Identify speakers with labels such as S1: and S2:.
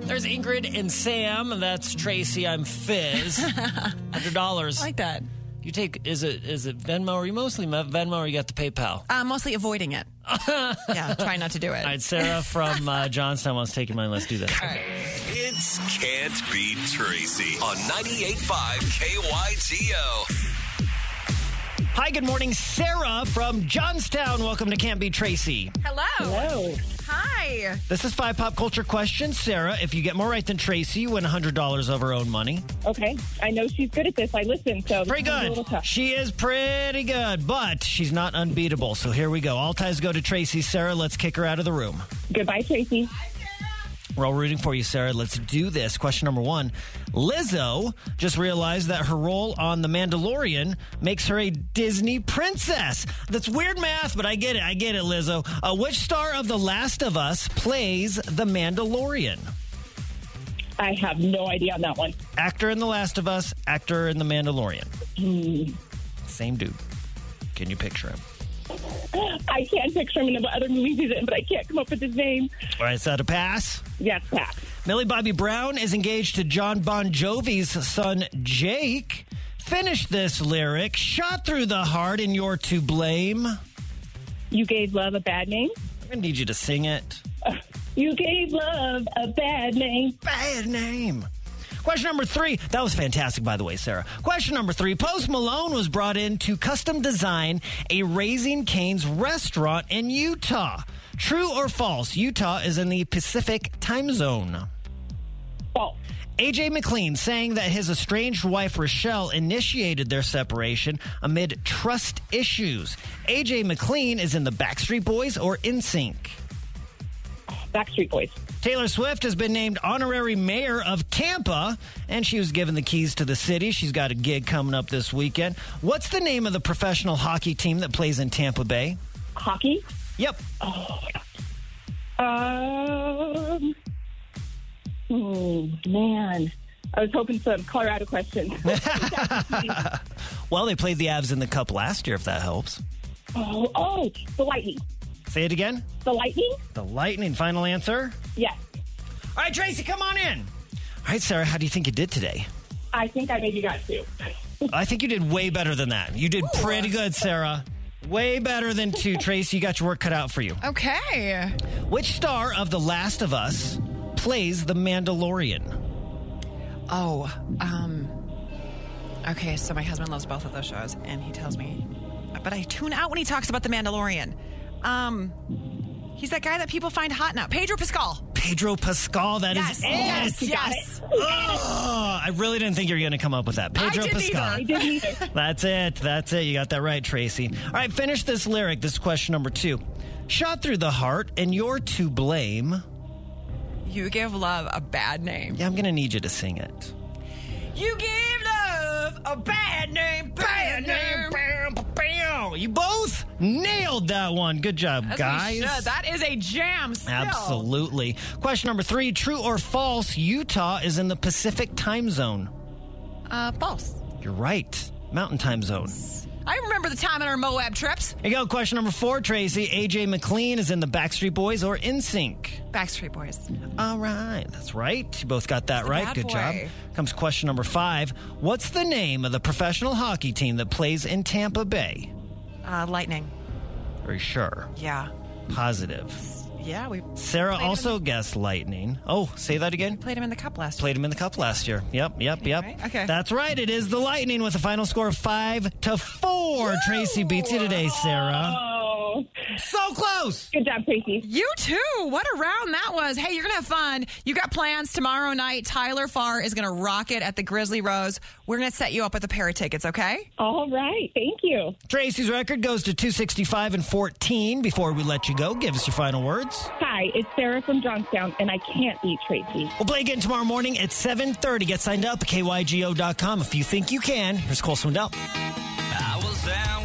S1: There's Ingrid and Sam. That's Tracy. I'm Fizz. Hundred dollars.
S2: I like that.
S1: You take is it is it Venmo? Are you mostly Venmo or you got the PayPal?
S2: Uh, mostly avoiding it. yeah, try not to do it.
S1: All right, Sarah from uh, Johnstown wants to take your money. Let's do this.
S2: All right.
S3: It's Can't Beat Tracy on 98.5 KYTO.
S1: Hi, good morning, Sarah from Johnstown. Welcome to Can't Be Tracy.
S4: Hello.
S5: Hello.
S4: Hi.
S1: This is five pop culture questions. Sarah, if you get more right than Tracy, you win hundred dollars of her own money.
S5: Okay. I know she's good at this. I listen, so this
S1: Pretty
S5: is A little
S1: good.
S5: tough.
S1: She is pretty good, but she's not unbeatable. So here we go. All ties go to Tracy. Sarah, let's kick her out of the room.
S5: Goodbye, Tracy.
S1: We're all rooting for you, Sarah. Let's do this. Question number one Lizzo just realized that her role on The Mandalorian makes her a Disney princess. That's weird math, but I get it. I get it, Lizzo. Uh, which star of The Last of Us plays The Mandalorian?
S5: I have no idea on that one.
S1: Actor in The Last of Us, actor in The Mandalorian. Same dude. Can you picture him?
S5: I can picture him in the other movies he's in, but I can't come up with his name.
S1: All right, so to pass.
S5: Yes, Pat.
S1: Millie Bobby Brown is engaged to John Bon Jovi's son Jake. Finish this lyric. Shot through the heart and you're to blame. I'm
S5: You gave love a bad name.
S1: gonna need you to sing it.
S5: You gave love a bad name.
S1: Bad name. Question number three. That was fantastic, by the way, Sarah. Question number three. Post Malone was brought in to custom design a Raising Cane's restaurant in Utah. True or false? Utah is in the Pacific time zone.
S5: False.
S1: AJ McLean saying that his estranged wife Rochelle initiated their separation amid trust issues. AJ McLean is in the Backstreet Boys or NSYNC.
S5: Backstreet Boys.
S1: Taylor Swift has been named honorary mayor of Tampa, and she was given the keys to the city. She's got a gig coming up this weekend. What's the name of the professional hockey team that plays in Tampa Bay?
S5: Hockey.
S1: Yep,
S5: Um. Oh man, I was hoping some Colorado questions.
S1: well, they played the Avs in the Cup last year, if that helps.
S5: oh, oh, the lightning.
S1: Say it again.
S5: The lightning.
S1: The Lightning, final answer.
S5: Yes.
S1: All right, Tracy, come on in. All right, Sarah, how do you think you did today?
S5: I think I maybe got two.
S1: I think you did way better than that. You did pretty good, Sarah. Way better than two, Trace. You got your work cut out for you.
S2: Okay.
S1: Which star of The Last of Us plays the Mandalorian?
S2: Oh, um, okay. So my husband loves both of those shows, and he tells me, but I tune out when he talks about The Mandalorian. Um, he's that guy that people find hot now, Pedro Pascal.
S1: Pedro Pascal. That is
S2: Yes,
S1: it.
S2: yes,
S5: got
S2: yes.
S1: Oh, I really didn't think you were going to come up with that. Pedro
S2: didn't
S1: Pascal.
S2: either.
S5: I didn't either.
S1: That's it. That's it. You got that right, Tracy. All right, finish this lyric. This is question number two. Shot through the heart, and you're to blame.
S2: You give love a bad name.
S1: Yeah, I'm going to need you to sing it.
S2: You give love a bad name, bad name.
S1: Bam, bam, bam. You both nailed that one. Good job,
S2: That's what
S1: guys.
S2: you should. That is a jam. Still.
S1: Absolutely. Question number three True or false, Utah is in the Pacific time zone?
S2: Uh, false.
S1: You're right. Mountain time zone.
S2: I remember the time on our Moab trips.
S1: Here you go. Question number four, Tracy. AJ McLean is in the Backstreet Boys or NSYNC?
S2: Backstreet Boys.
S1: All right. That's right. You both got that right.
S2: bad
S1: Good
S2: boy.
S1: job. Comes question number five What's the name of the professional hockey team that plays in Tampa Bay?
S2: Uh, Lightning.
S1: Are you sure?
S2: Yeah.
S1: Positive.
S2: Yeah, we
S1: Sarah also guessed lightning. Oh, say that again.
S2: played him in the cup last
S1: Played him in the cup last year. Yep, yep, yep.
S2: right? Okay.
S1: That's right. It is the Lightning with a final score of five to four. Tracy beats you today, Sarah.
S5: Oh,
S1: So close.
S5: good job, Tracy.
S2: You too. What a round that was. Hey, you're going to have fun. You got plans tomorrow night. Tyler Farr is going to rock it at the Grizzly Rose. We're going to set you up with a pair of tickets, okay?
S5: All right, thank you.
S1: Tracy's record goes to 265 and 14. Before we let you go, give us your final words.
S5: Hi, it's Sarah from Johnstown, and I can't beat Tracy.
S1: We'll play again tomorrow morning at 7.30. Get signed up at kygo.com. If you think you can, here's Cole Swindell.
S3: I was out.